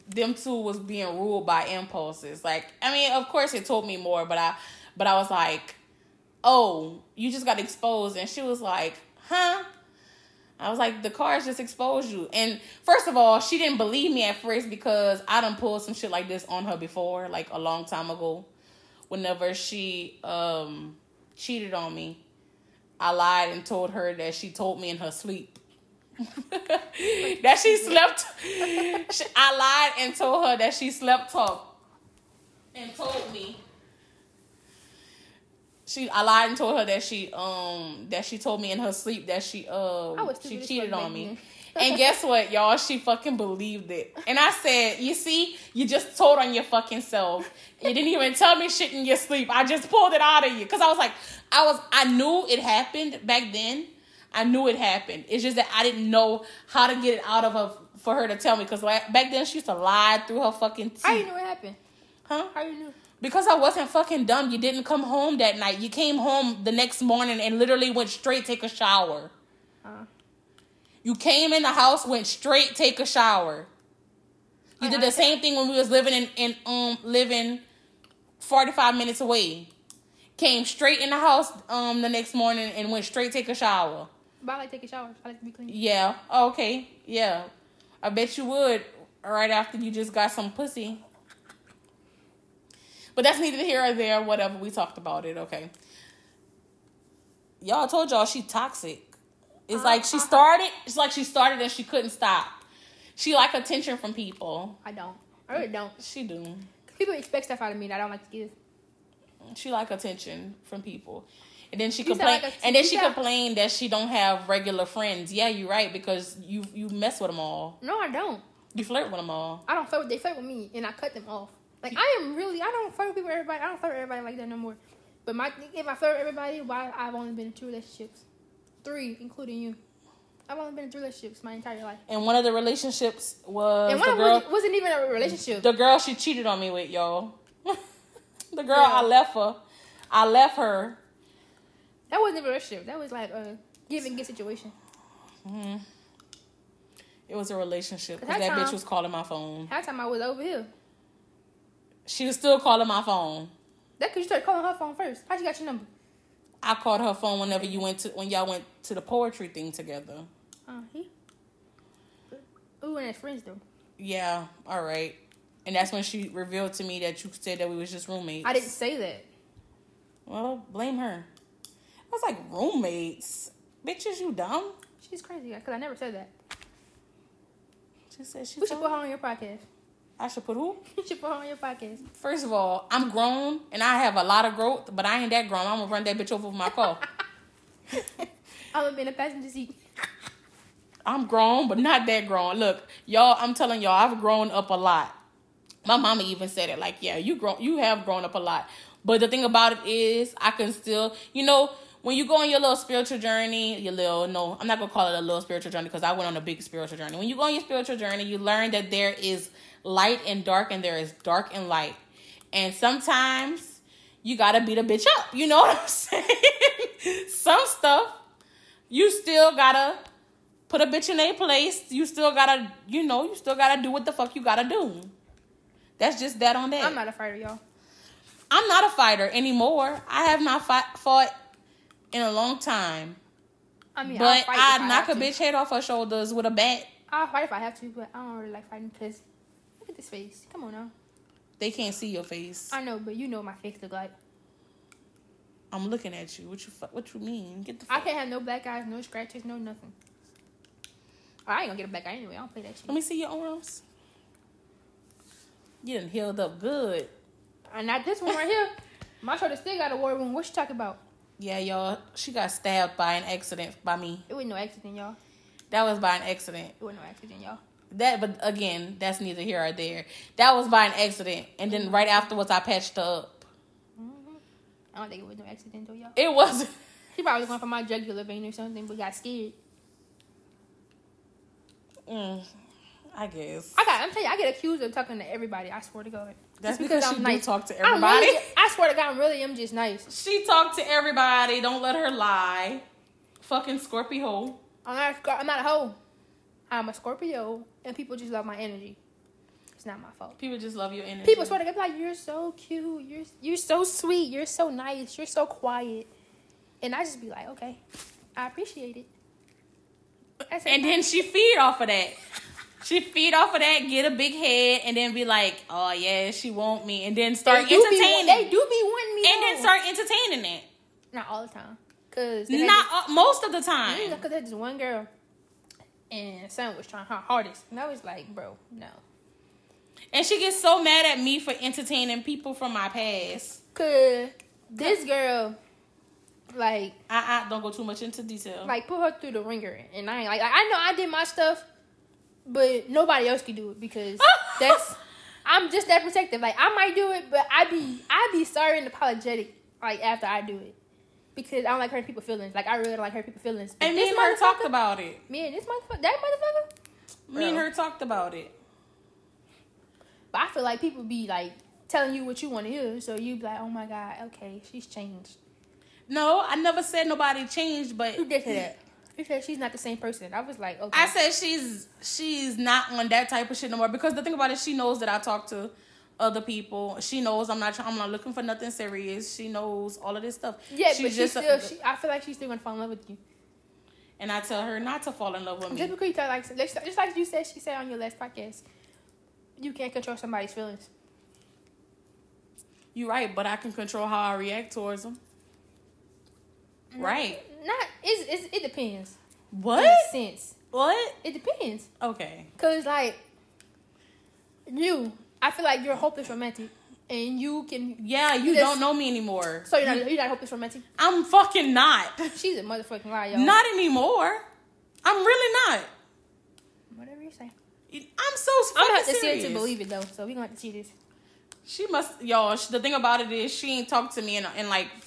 A: them two was being ruled by impulses. Like, I mean, of course it told me more, but I but I was like, "Oh, you just got exposed." And she was like, "Huh?" I was like, "The cards just exposed you." And first of all, she didn't believe me at first because I done pulled some shit like this on her before, like a long time ago, whenever she um cheated on me. I lied and told her that she told me in her sleep that she slept. she- I lied and told her that she slept talk and told me. She, I lied and told her that she, um, that she told me in her sleep that she,
B: I
A: um,
B: was stupid
A: she
B: as
A: cheated
B: fuck
A: on
B: back
A: me.
B: then.
A: and guess what, y'all? She fucking believed it. And I said, you see, you just told on your fucking self. You didn't even tell me shit in your sleep. I just pulled it out of you because I was like, I was, I knew it happened back then. I knew it happened. It's just that I didn't know how to get it out of her for her to tell me because like, back then she used to lie through her fucking teeth,
B: How you knew what happened?
A: huh?
B: How you knew?
A: Because I wasn't fucking dumb. You didn't come home that night. You came home the next morning and literally went straight take a shower.
B: Uh,
A: You came in the house, went straight take a shower. You did the same thing when we was living in, in um living forty five minutes away. Came straight in the house um the next morning and went straight take a shower.
B: but I like taking showers. I like to be clean.
A: Yeah. Okay. Yeah. I bet you would right after you just got some pussy. But that's neither here or there. Whatever. We talked about it. Okay. Y'all I told y'all she toxic. It's like she
B: Uh-huh.
A: started. It's like she started and she couldn't stop. She like attention from people.
B: I don't. I really don't.
A: She do.
B: People expect stuff out of me that I don't like to give.
A: She like attention from people. And then she
B: You sound
A: complained.
B: like a
A: and then she
B: teacher.
A: complained that she don't have regular friends. Yeah, you're right because you you mess with them all.
B: No, I don't.
A: You flirt with them all.
B: I don't flirt with they flirt with me and I cut them off. Like I am really I don't flirt with people everybody I don't flirt with everybody like that no more. But my if I flirt with everybody, why I've only been in two relationships. Three, including you. I've only been in three relationships my entire life.
A: and one of the relationships was
B: And one
A: the
B: of them
A: girl
B: wasn't, wasn't even a relationship.
A: the girl she cheated on me with, y'all. the girl
B: Yeah.
A: I left her. I left her.
B: That wasn't even a relationship. That was like a give and get situation.
A: It was a relationship. 'cause
B: At that
A: that bitch
B: time-
A: was calling my phone.
B: Half time I was over here.
A: She was still calling my phone.
B: That cause you started calling her phone first. How she got your number?
A: I called her phone whenever you went to when y'all went to the poetry thing together.
B: Uh he Ooh, and that's friends though.
A: Yeah, all right. And that's when she revealed to me that you said that we was just roommates.
B: I didn't say that.
A: Well, blame her. I was like roommates, bitches. You dumb.
B: She's crazy, because I never said that.
A: She said she.
B: We should
A: Told
B: put her on your podcast.
A: I should put who?
B: You should put her on your podcast.
A: First of all, I'm grown and I have a lot of growth, but I ain't that grown. I'm gonna run that bitch over with my car.
B: I'm gonna be in the passenger seat.
A: I'm grown, but not that grown. Look, y'all, I'm telling y'all, I've grown up a lot. My mama even said it, like, yeah, you grown, you have grown up a lot. But the thing about it is, I can still, you know, when you go on your little spiritual journey, your little no, I'm not gonna call it a little spiritual journey because I went on a big spiritual journey. When you go on your spiritual journey, you learn that there is light and dark, and there is dark and light. And sometimes you gotta beat a bitch up. You know what I'm saying? Some stuff you still gotta put a bitch in a place. You still gotta, you know, you still gotta do what the fuck you gotta do. That's just that on that.
B: I'm not a fighter, y'all.
A: I'm not a fighter anymore. I have not fought, fought in a long time.
B: I mean, I'll
A: but
B: fight if
A: I
B: I
A: knock a
B: have to.
A: bitch head off her shoulders with a bat.
B: I'll fight if I have to, but I don't really like fighting because look at this face. Come on now.
A: They can't see your face.
B: I know, but you know what my face look like.
A: I'm looking at you. What you fu- what you mean? Get the
B: I
A: fuck.
B: can't have no black eyes, no scratches, no nothing. Oh, I ain't gonna get a black eye anyway. I don't play that
A: Let
B: shit.
A: me see your arms. You done healed up good.
B: And not this one right here. My shoulder still got a war wound. What you talking about?
A: Yeah, y'all. She got stabbed by an accident by me.
B: It wasn't no accident, y'all.
A: That was by an accident.
B: It wasn't no accident, y'all.
A: That, but again, that's neither here or there. That was by an accident, and then right afterwards, I patched up.
B: I don't think it was no accident though, y'all.
A: It wasn't.
B: He probably was going for my jugular vein or something, but got scared.
A: Mm, I guess.
B: I got. I'm telling you, I get accused of talking to everybody. I swear to God.
A: That's
B: Just
A: because, she do
B: nice.
A: talk to
B: I'm
A: everybody.
B: really- I swear to God, I'm really. I'm just nice.
A: she talked to everybody. Don't let her lie. Fucking Scorpio.
B: I'm not. a Scorp- I'm not a hoe. I'm a Scorpio, and people just love my energy. It's not my fault.
A: People just love your energy.
B: People swear to God, be like you're so cute, you're you're so sweet, you're so nice, you're so quiet, and I just be like, okay, I appreciate it. That's it.
A: And then she feed off of that. She feed off of that, get a big head, and then be like, "Oh yeah, she want me," and then start
B: do be-
A: entertaining.
B: they do be wanting me,
A: and then
B: though.
A: start entertaining it.
B: not all the time, cause they had
A: Not uh, most of the time.
B: this, cause there's this one girl, and son was trying her hardest, and I was like, bro, no,
A: And she gets so mad at me for entertaining people from my past.
B: cause this girl, like
A: I, I don't go too much into detail.
B: like put her through the ringer, and I ain't like I know I did my stuff, but nobody else could do it because that's I'm just that protective. Like I might do it, but I be I be sorry and apologetic like after I do it because I don't like hurting people feelings. Like I really don't like hurting people feelings. But
A: and me
B: this
A: and her
B: motherfucker-
A: talked about it.
B: me and this motherfucker, that motherfucker.
A: Me and
B: Bro.
A: her talked about it.
B: But I feel like people be like telling you what you want to hear, so you be like, oh my god, okay, she's changed.
A: No, I never said nobody changed, but
B: Who did say that? He said she's not the same person. I was like, okay.
A: I said she's she's not on that type of shit no more because the thing about it, she knows that I talk to other people. She knows I'm not try- I'm not looking for nothing serious. She knows all of this stuff.
B: yeah,
A: She's
B: but she's
A: just a-
B: still. she, uh, Mm-hmm. I feel like she's still gonna fall in love with you.
A: and I tell her not to fall in love with
B: Just
A: me.
B: because you tell like just just like you said, she said on your last podcast, you can't control somebody's feelings.
A: You're right, but I can control how I react towards them. Right.
B: Not it's, it's it depends. In
A: What?
B: a sense,
A: What?
B: it depends.
A: Okay.
B: Cause like you, I feel like you're a hopeless romantic, and you can.
A: Yeah, you
B: This-
A: don't know me anymore.
B: So you're not you're not hopeless romantic.
A: I'm fucking not.
B: She's a motherfucking liar, y'all.
A: Not anymore. I'm really not.
B: whatever you say.
A: I'm so fucking
B: I'm gonna have to
A: serious.
B: see it to believe it though. So we gonna have to see this.
A: She must, y'all. sh the thing about it is, she ain't talked to me in, in like f-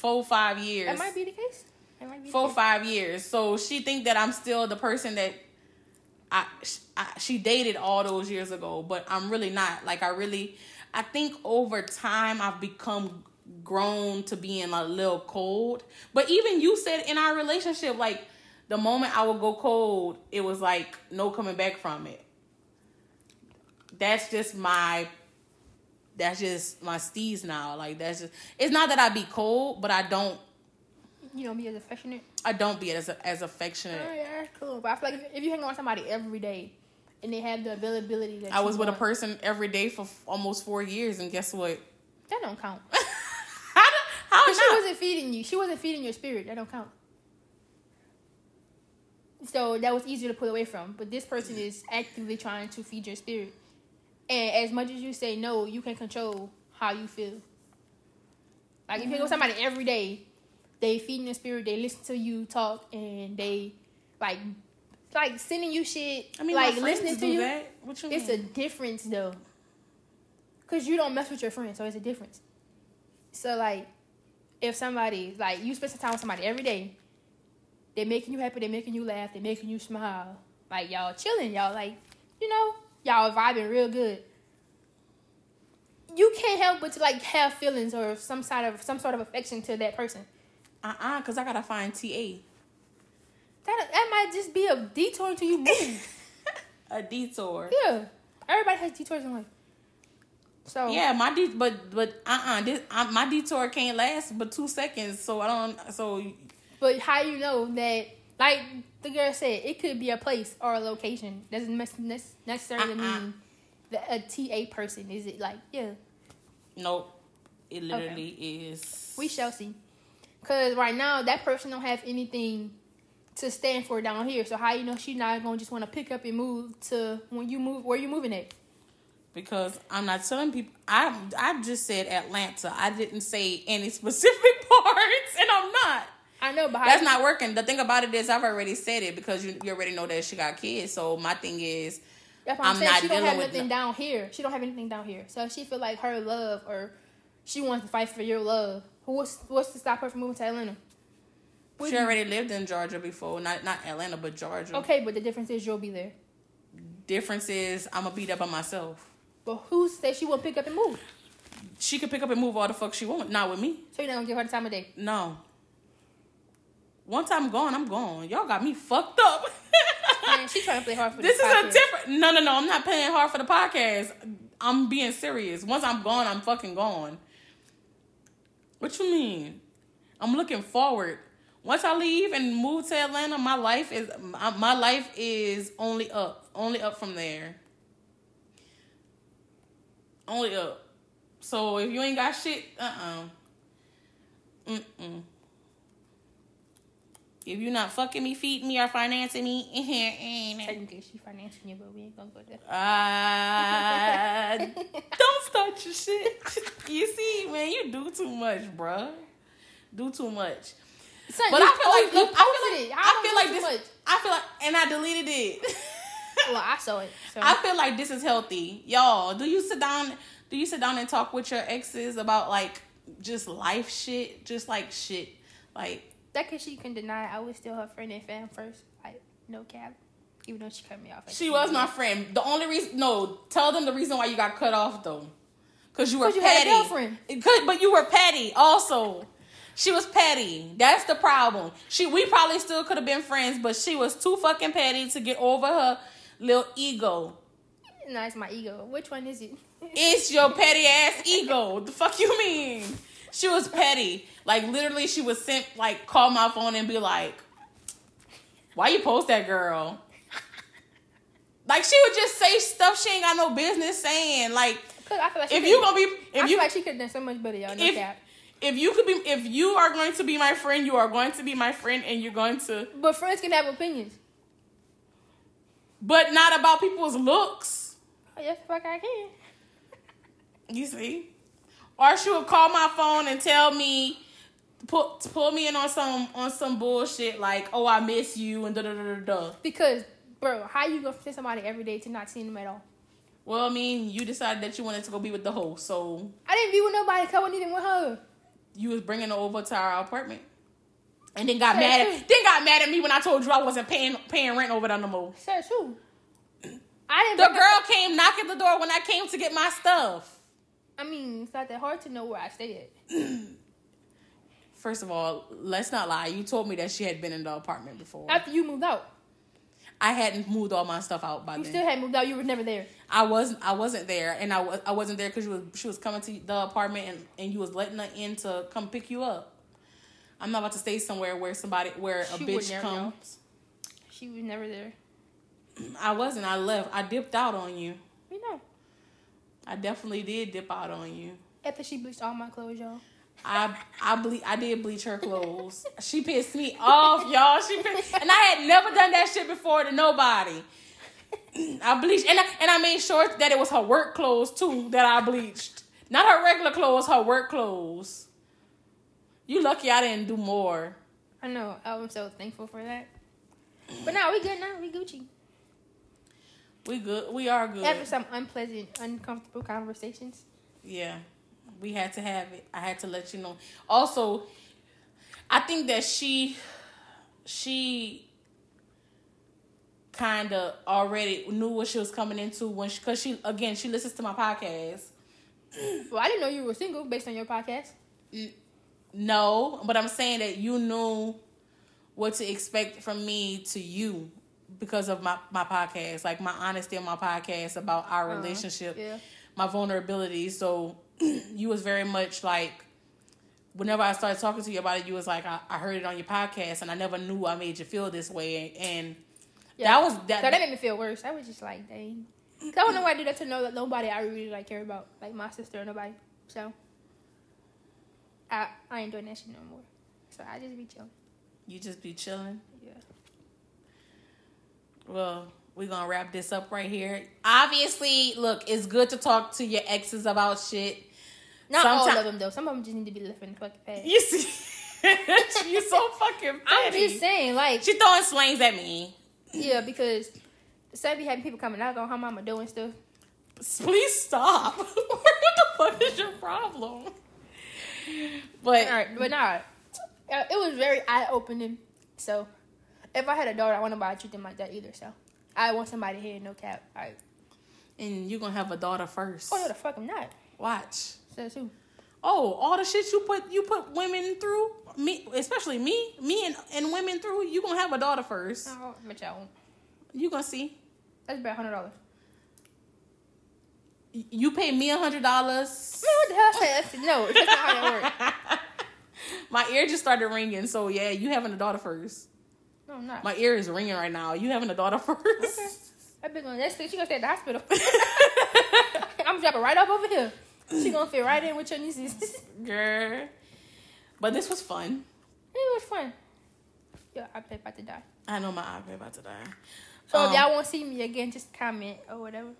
A: four, five years.
B: That might be the case. That might be the
A: four,
B: case.
A: five years. So she think that I'm still the person that I, sh I she dated all those years ago, but I'm really not. Like I really, I think over time I've become grown to being a little cold. But even you said in our relationship, like the moment I would go cold, it was like no coming back from it. That's just my that's just my steez now. Like that's just it's not that I be cold, but I don't
B: You know, be as affectionate.
A: I don't be as as affectionate.
B: Alright, alright, cool. But I feel like if, if you hang around somebody every day and they have the availability that
A: I
B: you
A: was with a
B: want,
A: person every day for f- almost four years, and guess what?
B: that don't count.
A: How? How
B: But she
A: not?
B: wasn't feeding you. She wasn't feeding your spirit. That don't count. So that was easier to pull away from. But this person is actively trying to feed your spirit. And as much as you say no, you can control how you feel. Like if you hang with somebody every day, they feeding your spirit, they listen to you talk, and they like like sending you shit.
A: I mean,
B: like
A: my friends do that. What you
B: It's a
A: mean?
B: difference though. Cause you don't mess with your friends, so it's a difference. So like if somebody like you spend some time with somebody every day, they're making you happy, they're making you laugh, they're making you smile. Like y'all chilling, y'all like, you know, y'all vibing real good. You can't help but to like have feelings or some sort of some sort of affection to that person.
A: uh uh, because I gotta find TA.
B: That that might just be a detour into you moving.
A: A detour.
B: yeah. Everybody has detours in life. So
A: Yeah, my de- but but uh uh this uh, my detour can't last but two seconds, so I don't. So
B: But how you know that? Like the girl said, it could be a place or a location. Doesn't mes- ne- necessarily
A: Uh-uh.
B: mean that a TA person is it. Like yeah,
A: nope. It literally is.
B: we shall see. Cause right now that person don't have anything to stand for down here. So how you know she not gonna just want to pick up and move to when you move where you moving at?
A: because I'm not telling people. I I just said Atlanta. I didn't say any specific parts, and I'm not.
B: I know, but how
A: That's
B: you-
A: not working. The thing about it is, I've already said it because you, you already know that she got kids. So my thing is,
B: That's what
A: I'm
B: I'm, saying.
A: not
B: she don't
A: dealing
B: have
A: with
B: nothing
A: no-
B: down here. She don't have anything down here. So she feel like her love or She wants to fight for your love. What's what's to stop her from moving to Atlanta? What
A: She
B: do you-
A: already lived in Georgia before, not not Atlanta, but Georgia.
B: okay, but the difference is you'll be there.
A: Difference is I'm gonna beat up by myself.
B: But who said she won't pick up and move?
A: She could pick up and move all the fuck she want. Not with me.
B: So you're not gonna give her the time of day.
A: No. Once I'm gone, I'm gone. Y'all got me fucked up.
B: Man, she trying to play hard for
A: this
B: this
A: is a
B: podcast.
A: different. No, no, no. I'm not playing hard for the podcast. I'm being serious. Once I'm gone, I'm fucking gone. What you mean? I'm looking forward. Once I leave and move to Atlanta, my life is my my life is only up, only up from there. Only up. So if you ain't got shit, uh uh Mm-mm. If you not fucking me, feeding me, eh, or financing me,
B: Technically, she financing you, but we ain't gonna go there.
A: uh, don't start your shit. You see, man, you do too much, bruh. Do too much.
B: Son,
A: But
B: you
A: I feel like
B: po- you
A: look, I feel
B: posted
A: like
B: it.
A: I
B: don't
A: feel
B: know
A: like
B: too
A: this.
B: much.
A: I feel like, and I deleted it.
B: Well, I saw it. So.
A: I feel like this is healthy, y'all. Do you sit down? Do you sit down and talk with your exes about like just life shit, just like shit, like
B: That cause she can deny I was still her friend and fam first. Like, no cap. Even though she cut me off. at
A: She
B: the
A: was
B: end.
A: my friend. The only reason, no, tell them the reason why you got cut off though, because you were
B: 'Cause you had
A: petty.
B: a girlfriend.
A: It could- but you were petty also. She was petty. That's the problem. She, we probably still could have been friends, but she was too fucking petty to get over her little ego.
B: No, it's my ego. Which one is it?
A: It's your petty ass ego. The fuck you mean? She was petty. Like literally, she was sent like call my phone and be like, "Why you post that girl?" Like she would just say stuff she ain't got no business saying. Like
B: Cause I feel like she
A: if
B: could-
A: you gonna be
B: I
A: if
B: feel
A: you
B: like she could have done so much better, y'all. No
A: If-
B: cap.
A: if you could be if you are going to be my friend, you are going to be my friend, and you're going to
B: But friends can have opinions.
A: but not about people's looks.
B: Oh yes, fuck I can.
A: You see? Or she would call my phone and tell me pull pull me in on some on some bullshit like, oh I miss you and da da da da da.
B: Because bro, how you gonna send somebody every day to not seeing them at all?
A: Well, I mean, you decided that you wanted to go be with the hoe, so
B: I didn't be with nobody cause I wasn't even with her.
A: you was bringing her over to our apartment. And then got
B: Hey,
A: mad
B: hey.
A: at then got mad at me when I told you I wasn't paying paying rent over there no more.
B: Sir, true. I didn't
A: The
B: break up-
A: girl came knocking the door when I came to get my stuff.
B: I mean, it's not that hard to know where I stay at.
A: First of all, let's not lie. You told me that she had been in the apartment before.
B: After you moved out.
A: I hadn't moved all my stuff out by
B: You
A: then.
B: still had moved out, you were never there.
A: I wasn't I wasn't there, and I was I wasn't there because you was she was coming to the apartment, and, and you was letting her in to come pick you up. I'm not about to stay somewhere where somebody where a
B: She would
A: bitch
B: never
A: comes.
B: She was never there.
A: I wasn't. I left. I dipped out on you.
B: You know.
A: I definitely did dip out on you.
B: After she bleached all my clothes, y'all.
A: I I ble- I did bleach her clothes. she pissed me off, y'all. She pissed- and I had never done that shit before to nobody. I bleached and I, and I made sure that it was her work clothes too that I bleached, not her regular clothes, her work clothes. You lucky I didn't do more.
B: I know. I'm so thankful for that. But now we good now. We Gucci.
A: We good. We are good.
B: After some unpleasant, uncomfortable conversations.
A: Yeah, we had to have it. I had to let you know. Also, I think that she, she, kind of already knew what she was coming into when she, cause she again she listens to my podcast.
B: Well, I didn't know you were single based on your podcast.
A: No, but I'm saying that you knew what to expect from me to you because of my my podcast, like my honesty on my podcast about our relationship.
B: Uh-huh. Yeah.
A: my vulnerability. So you was very much like, whenever I started talking to you about it, you was like, I, I heard it on your podcast, and I never knew I made you feel this way. And
B: Yeah.
A: that was that.
B: So that made me feel worse. I was just like, dang. 'Cause I don't know why I do that to no, nobody I really like care about, like my sister or nobody. So I I ain't doing that shit no more. So I just be chilling.
A: you just be chilling.
B: Yeah.
A: Well, we're gonna wrap this up right here. Obviously, look, it's good to talk to your exes about shit.
B: Not all
A: Sometime-
B: of them though. Some of them just need to be left in the fucking past.
A: You see, you so fucking petty.
B: I'm just saying, like,
A: She throwing slings at me.
B: yeah, because some be having people coming out on how mama doing stuff.
A: Please stop. what the fuck is your problem? But
B: All right, but nah, uh, it was very eye opening. So, if I had a daughter, I wouldn't buy treat them like that either. So, I want somebody here, no cap. I
A: and you gonna have a daughter first.
B: oh no, the fuck I'm not.
A: Watch.
B: So too.
A: Oh, all the shit you put you put women through me, especially me, me and, and women through. You gonna have a daughter first.
B: No, bitch, I won't.
A: You gonna see.
B: That's about hundred dollars.
A: Y- You pay me a hundred dollars.
B: Man, what the hell? I said, I said, no, that's not how that works.
A: My ear just started ringing. So yeah, you having a daughter first.
B: No, I'm not.
A: My ear is ringing right now. You having a daughter first.
B: I've been on that thing. She gonna stay at the hospital. I'm dropping right off over here. She gonna fit right in with your nieces. it
A: Girl. But this was fun.
B: was fun. Yo, I pay about to die.
A: I know my iPad about to die.
B: So
A: Um,
B: if y'all want to see me again, just comment or whatever.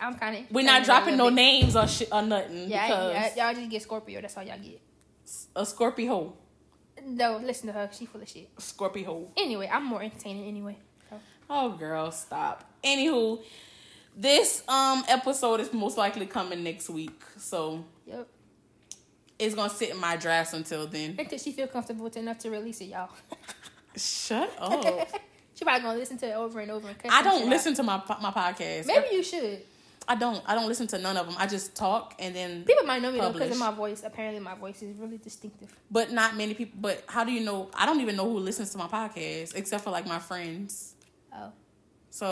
B: I'm kind of.
A: We're not dropping no names or shit or nothing
B: Yeah,
A: because
B: y'all, y'all just get Scorpio. That's all y'all get.
A: a Scorpio,
B: No, listen to her. She full of shit.
A: Scorpio.
B: Anyway, I'm more entertaining anyway. So,
A: Oh girl, stop. Anywho, this um episode is most likely coming next week, so
B: yep.
A: it's gonna sit in my drafts until then.
B: Until she feel comfortable with enough to release it, y'all.
A: Shut up.
B: she probably gonna listen to it over and over. And cut
A: Oh. I
B: some
A: don't
B: shit
A: listen to my po- my podcast.
B: Out. Maybe you should.
A: I don't. I don't listen to none of them. I just talk and then,
B: People might know me though because
A: Publish.
B: of my voice. Apparently, my voice is really distinctive.
A: but not many people. But how do you know? I don't even know who listens to my podcast except for like my friends.
B: Oh,
A: So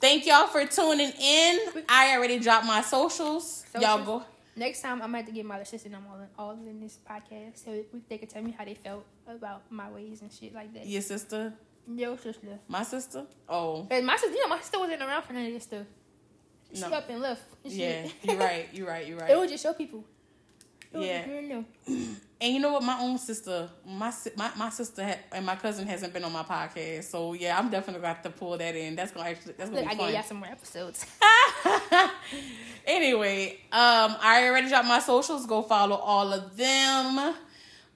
A: thank y'all for tuning in. I already dropped my socials. Y'all
B: Socials.
A: go.
B: next time I'm gonna have to get my assistant on all in, all in this podcast so we- they can tell me how they felt about my ways and shit like that.
A: Your sister,
B: Yo, sister.
A: my sister. Oh.
B: And my sister, you know, my sister wasn't around for none of this stuff. She
A: No.
B: up and left. and
A: Yeah,
B: shit.
A: you're right. You're right. You're
B: It
A: right.
B: would just show people. It would
A: Yeah.
B: just ruin them.
A: And you know what? My own sister, my si- my my sister ha- and my cousin hasn't been on my podcast, so yeah, I'm definitely about to pull that in. That's gonna actually that's gonna
B: Look, I
A: be fun.
B: gave y'all some more episodes.
A: anyway, um, I already dropped my socials. Go follow all of them.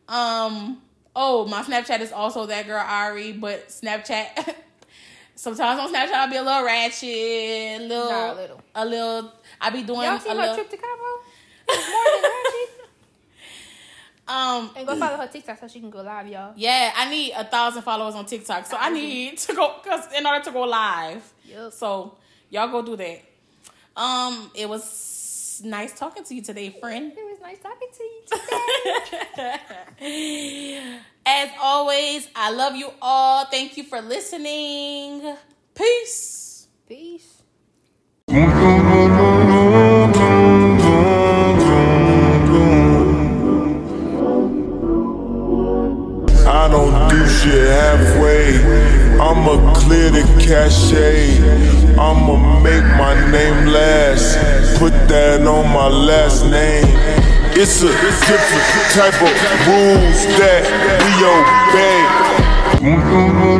A: Um, oh, my Snapchat is also that girl Ari, but Snapchat. sometimes on Snapchat I'll be a little ratchet, little,
B: Nah, a little.
A: a little. I be doing
B: Y'all
A: a
B: seen her
A: little.
B: trip to Cabo? It's More than ratchet.
A: Um,
B: And go follow her TikTok so she can go live, y'all.
A: Yeah, I need a thousand followers on TikTok. So I need to go cause in order to go live.
B: Yup.
A: So y'all go do that. Um, it was nice talking to you today, friend.
B: It was nice talking to you today.
A: As always, I love you all. Thank you for listening. Peace.
B: Peace.
E: I don't do shit halfway. I'ma clear the cachet. I'ma make my name last. Put that on my last name. It's a different type of rules that we obey.